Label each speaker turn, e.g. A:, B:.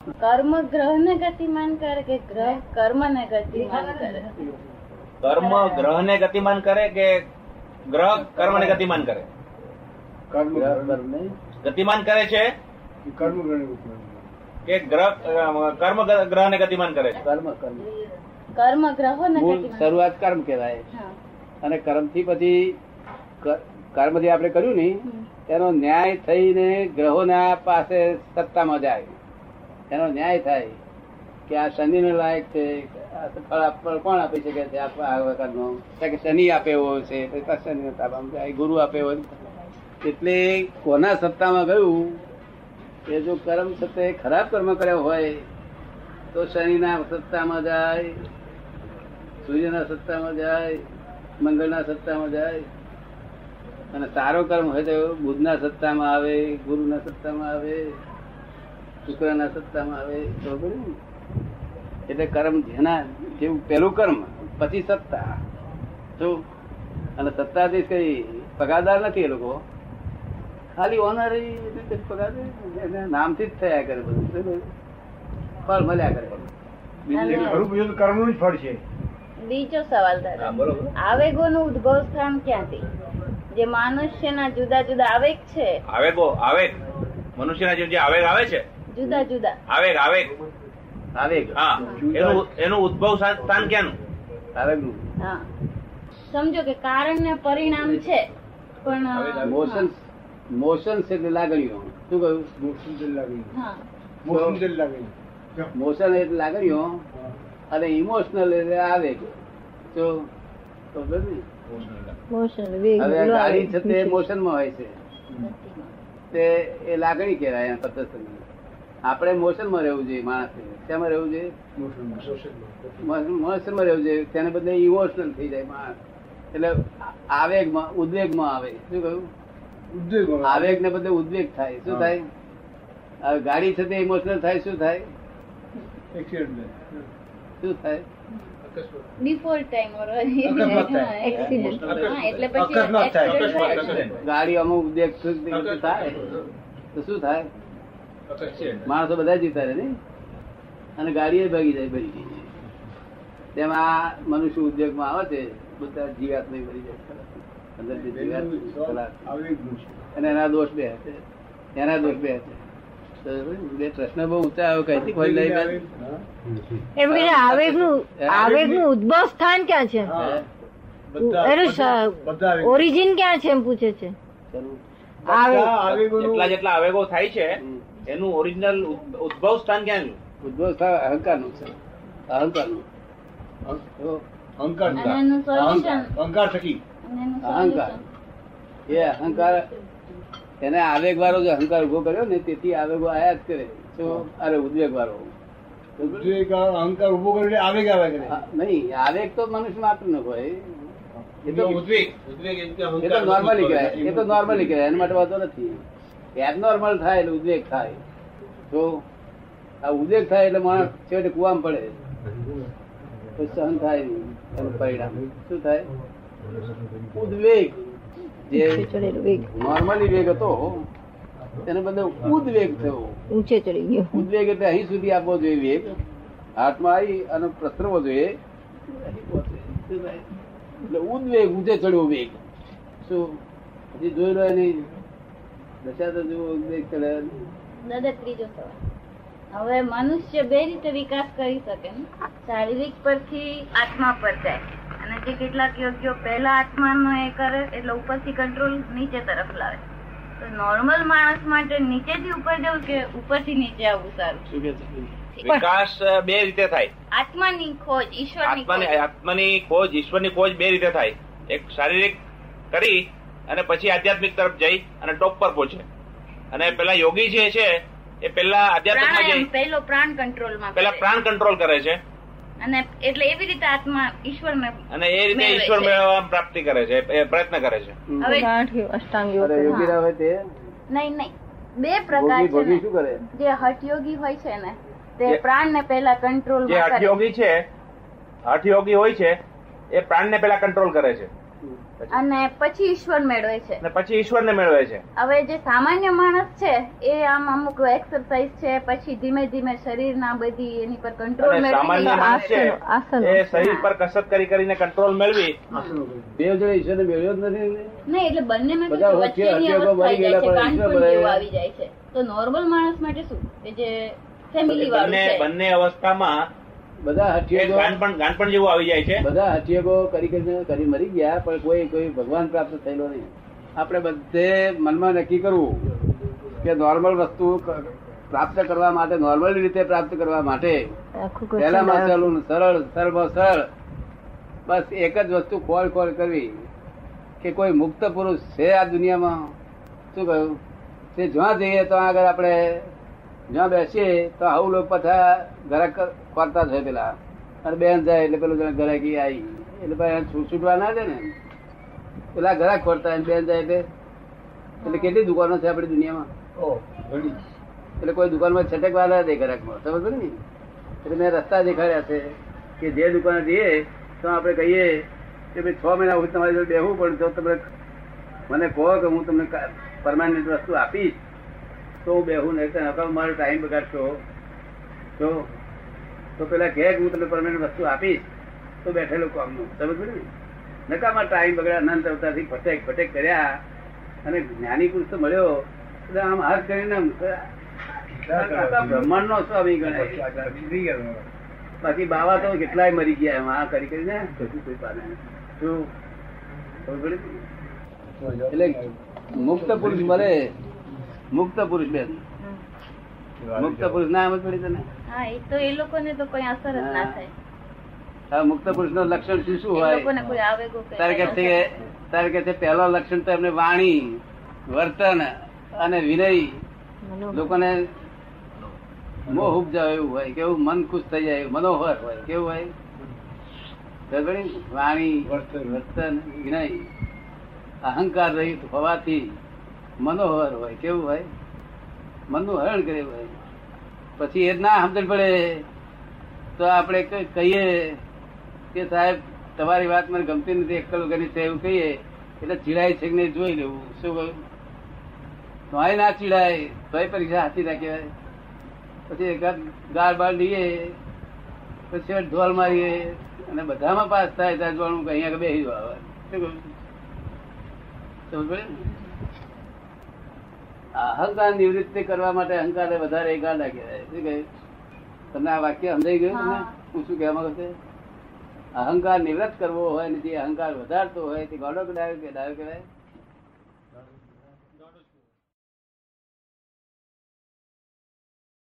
A: કર્મ ગ્રહને ગતિમાન કરે કે ગ્રહ કર્મને ગતિમાન કરે
B: કર્મ ગ્રહને ગતિમાન કરે કે ગ્રહ કર્મને ગતિમાન કરે
C: કર્મ ગ્રહણ.
B: ગતિમાન કરે છે
C: કર્મ ગ્રહણ ઉત્પન્ન.
B: કે ગ્રહ અ, કર્મ ગ્રહને ગતિમાન કરે છે
D: કર્મ કર્મ
A: કર્મ ગ્રહોને
D: મૂળ
A: ગતિમાન
D: શરૂઆત કર્મ કહેવાય
A: હા.
D: અને કર્મથી પછી કર્મ જે આપણે કર્યું નહીં
A: હમ.
D: એનો ન્યાય થઈને ગ્રહોના પાસે સત્તામાં જાય એનો ન્યાય થાય કે આ શનિને લાયક છે આ ફળ આપ- ફળ કોણ આપી શકે છે આપ- આ વખતનો કે શનિ આપે એવો છે પછી પાછો શનિનો તાપ આમ જાય, ગુરુ આપે એવો છે. એટલે કોના સત્તામાં ગયું એ જો કર્મ સત્તે ખરાબ કર્મ કર્યો હોય તો શનિના સત્તામાં જાય સૂર્યના સત્તામાં જાય મંગળના સત્તામાં જાય અને સારો કર્મ હોય તો બુદ્ધના સત્તામાં આવે ગુરુના સત્તામાં આવે શુક્રના સત્તામાં આવે તો ખરું ને? એટલે કર્મ જેના જેવું પહેલું કર્મ પછી સત્તા શું અને સત્તાધીશ કઈ પગારદાર નથી એ લોકો ખાલી ઓનરી પગાર દે. એને નામથી જ થયા કરે બધું શું કહ્યું? ફળ મળ્યા કરે
A: અને
D: બીજું
C: એટલે ખરું બીજું તો કર્મનું જ ફળ છે
A: બીજો સવાલ
B: હા,
A: દાદા
B: બોલો બોલો.
A: આવેગોનું ઉદ્ભવ સ્થાન ક્યાંથી જે મનુષ્યના જુદા જુદા આવેગ છે
B: આવેગો આવેગ મનુષ્યના જે- જે આવેગ આવે છે
A: જુદા જુદા
B: આવેગ આવેગ
D: આવેગ
B: હા એનું એનું ઉદ્ભવ સ્થા- સ્થાન ક્યાંનું
D: આવેગનું
A: હા સમજો કે કારણ ને પરિણામ છે પણ અ,
D: મોશન મોશન એટલે લાગણીઓ શું કહ્યું
C: મોસમ જેલ લાગણી
A: હા
C: મોસમ જેલ લાગણી
D: મોશન એટલે લાગણીઓ અને ઇમોશનલ એટલે આવેગ તો તો બધું. હવે આ ગાડી છે તે મોશનમાં હોય છે તે એ લાગણી કહેવાય એમ પદ્ધતિની. આપણે મોશનમાં રહેવું જોઈએ માણસે શેમાં રહેવું જોઈએ
C: મોસમ
D: મોશન- મોશનમાં રહેવું જોઈએ તેને બદલે ઇમોશનલ થઈ જાય માણસ એટલે આવેગમાં ઉદ્વેગમાં આવે શું કહ્યું
C: ઉદ્વેગ
D: આવેગ ને બદલે ઉદ્વેગ થાય શું
C: હા.
D: થાય હવે ગાડી છે તે ઇમોશનલ થાય શું થાય
C: એક્સિડન્ટ
D: શું થાય
A: ડિફોલ્ટ ટાઈમ
C: અકસ્માત થાય.
A: એક્સિડન્ટ હા એટલે પછી
C: અકસ્માત થાય.
A: accident થાય છે.
D: ગાડી અમુક ઉદ્વેગ થાય તો શું થાય માણસો બધા જીતા રહે નહીં? અને ગાડીએ ભાગી જાય ભરી ગઈ તેમાં આ મનુષ્ય ઉદ્યોગમાં આવે છે બધા જીવાત નહીં ભરી જાય અંદરથી જીવાત ખલાસ.
C: આવેગનું છે
D: અને એના દોષ બે હશે એના દોષ બે હશે તો બે પ્રશ્ન બહુ ઊંચા આવ્યો કઈથી ખોઈ લઈ બેન?
C: હા.
E: એમ કે આવેગનું આવેગનું ઉદ્ભવ સ્થાન ક્યાં છે
C: હા.
E: એનું
C: બધા
E: સ-
C: બધા આવેગ.
E: ઓરિજિન ક્યાં છે એમ પૂછે છે
D: ચાલો.
E: આવેગ.
C: બધા આવેગોનું
B: જેટલા જેટલા આવેગો થાય છે
D: હમ.
B: એનું ઓરિજિનલ ઉદ્ભવ સ્થાન ક્યાંનું
D: ઉદ્ભવ સ્થાન અહંકારનું છે અહંકારનું જો,
C: અહંકાર
A: અને એનું solution.
C: અહંકાર અહંકાર થકી
A: અને એનું
D: અહંકાર
A: solution.
D: એ અહંકાર એને આવેગ વાળો જે અહંકાર ઉભો કર્યો ને તેથી આવેગો આયા જ કરે તો અરે ઉદ્વેગ વાળો
C: ઉદ્વેગ અહંકાર ઉભો કરીને આવેગ આવે કરે
D: નહીં આવેગ તો મનુષ્ય માત્ર નો હોય એ તો
B: ઉદ્વેગ
D: એ તો નોર્મલી કહેવાય એ તો નોર્મલી કહેવાય એના માટે વાંધો નથી એબનોર્મલ થાય એટલે ઉદ્વેગ થાય તો આ ઉદ્વેગ થાય એટલે માણસ છેવટે કુવામાં પડે તો સહન થાય નહીં એનું પરિણામ શું થાય ઉદ્વેગ જે
E: ચડેલો વેગ
D: નોર્મલી વેગ હતો તેને બદલે ઉદ્વેગ થયો
E: ઊંચે ચડી ગયો
D: ઉદ્વેગ એટલે અહીં સુધી આપવો જોઈએ વેગ હાથમાં આવી અને પ્રસરવો જોઈએ અહીં પહોંચે. શું થાય? એટલે ઉદ્વેગ ઊંચે ચડ્યો વેગ શું હજી જોઈ રહ્યો નહીં દશા તો જુઓ ઉદ્વેગ ચડ્યો નહીં.
A: દાદા ત્રીજો સવાલ હવે મનુષ્ય બે રીતે વિકાસ કરી શકે ને શારીરિક પરથી આત્મા પર જાય અને જે કેટલાક યોગ્ય પહેલા આત્માનો એ કરે એટલે ઉપરથી કંટ્રોલ નીચે તરફ લાવે તો નોર્મલ માણસ માટે નીચેથી ઉપર જવું કે ઉપરથી નીચે આવવું સારું
D: શું કહે છે?
B: વિકાસ અ, બે રીતે થાય
A: આત્માની ખોજ ઈશ્વરની ખોજ
B: આત્માની આત્માની ખોજ ઈશ્વરની ખોજ બે રીતે થાય એક શારીરિક કરી અને પછી આધ્યાત્મિક તરફ જઈ અને ટોપ પર પહોંચે અને પેલા યોગી જે છે એ પેલા આધ્યાત્મમાં
A: પ્રાણાયામ
B: જઈ
A: પહેલો પ્રાણ કંટ્રોલમાં
B: પેલા
A: કરે.
B: પ્રાણ કંટ્રોલ કરે છે
A: અને એટલે એવી રીતે આત્મા ઈશ્વરને
B: અને એ રીતે
A: મેળવે
B: ઈશ્વર
A: છે.
B: મેળવવા પ્રાપ્તિ કરે છે એ પ્રયત્ન કરે છે
D: હમ.
A: હવે
E: અષ્ટાંગ
D: અરે યોગી રાવે તે
A: નહીં નહીં બે પ્રકાર
D: ભોગી
A: છે ને.
D: ભોગી શું કરે
A: જે હઠયોગી હોય છે ને તે
B: જે-
A: પ્રાણને પહેલા કંટ્રોલ
B: જે હઠયોગી છે હઠયોગી હોય છે એ પ્રાણને પેલા કંટ્રોલ કરે છે પછી
A: અને પછી ઈશ્વર મેળવે છે
B: અને પછી ઈશ્વરને મેળવે છે
A: હવે જે સામાન્ય માણસ છે એ આમ અમુક એક્સરસાઇઝ છે પછી ધીમે ધીમે શરીરના બધી એની પર કંટ્રોલ
B: અને સામાન્ય માણસ છે
A: મેળવે
E: આસનો, આસનો.
B: એ શરીર પર કસરત કરી કરીને કંટ્રોલ મેળવી
D: બે જોડે ઈશ્વરને મેળવ્યો જ નથી ને.
A: નહીં એટલે બંનેમાં
D: બધા
A: કેવું
D: વચ્ચે
A: વચ્ચેની
D: હથિયારો
A: અવસ્થા આવી જાય છે, કાનપુર
D: ભરી ગયેલા પણ
A: જેવું
D: ઈશ્વર ભરે.
A: આવી જાય છે તો નોર્મલ માણસ માટે શું કે જે ફેમિલી વાળું
B: બંને
A: છે
B: બંને અવસ્થામાં
D: બધા
B: એ
D: હઠયોગો
B: ગાનપણ ગાનપણ જેવું આવી જાય છે
D: બધા હઠયોગો કરી કરીને કરી મરી ગયા પણ કોઈ કોઈ ભગવાન પ્રાપ્ત થયેલો નહીં આપણે બધે મનમાં નક્કી કરવું કે નોર્મલ વસ્તુ ક- પ્રાપ્ત કરવા માટે નોર્મલ રીતે પ્રાપ્ત કરવા માટે
E: આખું
D: પહેલામાં
E: કશું
D: સહેલું ને સરળ સરળમાં સરળ બસ એક જ વસ્તુ ખોળ ખોળ કરવી કે કોઈ મુક્ત પુરુષ છે આ દુનિયામાં શું કહ્યું તે જ્યાં જઈએ તો આગળ આપણે જ્યાં બેસીએ તો આવું લોકો પાછા ઘરાક કરતા છે પેલા અને બેન જાય એટલે પેલું જણા ઘરાકી આવી એટલે પછી છૂટ છૂટવા ના દે ને પેલા ઘરાક ખોરતા હોય ને બેન જાય એટલે એટલે કેટલી દુકાનો છે આપણી દુનિયામાં એટલે કોઈ દુકાનમાં છટકવા ના દે ગ્રાહકમાં સમજ ને એટલે મેં રસ્તા દેખાડ્યા છે કે જે દુકાને જઈએ તો આપણે કહીએ કે ભાઈ છ મહિના હું તમારી જોડે બેહું પણ જો તમે મને કહો કે હું તમને પરમાનન્ટ વસ્તુ આપીશ તો હું બેહું નહીં તો નકર મારો ટાઈમ બગાડશો તો તો પેલા કહે કે હું તમને પરમાનન્ટ વસ્તુ આપીશ તો બેઠેલો કોમનું સમજ ને નકામાં ટાઈમ બગડ્યા અનંત અવતારથી ભટેક ભટેક કર્યા અને જ્ઞાની પુરુષ તો મળ્યો એટલે આમ હાથ કરીને આમ આખા બ્રહ્માંડ નો સ્વામી ગણાય બાકી બાવા તો કેટલાય મરી ગયા એમ આ કરી કરીને કશું કોઈ પાને નહીં. શું? ખબર પડી? એટલે મુક્ત પુરુષ મળે મુક્ત પુરુષ બેન મુક્ત પુરુષ ના સમજ પડી તને
A: હા એ તો એ લોકોને તો કોઈ અસર જ ના થાય
D: હવે મુક્ત પુરુષ નું લક્ષણ શું શું
A: એ
D: હોય
A: લોકોને કોઈ આવેગો કે
D: તારે કે છે તારે કે છે પહેલો લક્ષણ તો એમને વાણી વર્તન અને વિનય લોકોને મોહ ઉપજાવે એવું હોય કેવું મન ખુશ થઈ જાય એવું મનોહર હોય કેવું હોય ખબર પડી? વાણી
C: વર્તન.
D: વર્તન વિનય અહંકાર રહિત હોવાથી મનોહર હોય કેવું હોય મનનું હરણ કરે હોય પછી એ જ ના સમજણ પડે તો આપણે ક- કહીએ કે સાહેબ તમારી વાત મને ગમતી નથી એકલ વગરની છે એવું કહીએ એટલે ચીડાય છે કે નહીં જોઈ લેવું શું કહ્યું તોય ના ચીડાય તોય પરીક્ષા હાથી ના કહેવાય પછી એકાદ ગાળ બાળ લઈએ પછી છેવટ ધોલ મારીએ અને બધામાં પાસ થાય ત્યાં જોવાનું કે અહીંયા બેસી જવા આવે શું કહ્યું? સમજ પડી ને? અહંકાર નિવૃત્તિ કરવા માટે અહંકાર વધારે ગાડા કહેવાય શું કહ્યું તમને આ વાક્ય સમજાઈ ગયું તમને
A: હા.
D: હું શું કહેવા માંગુ છું? અહંકાર નિવૃત્ત કરવો હોય ને જે અહંકાર વધારતો હોય તે ગાડો કે ડાયો કે ડાયો કહેવાય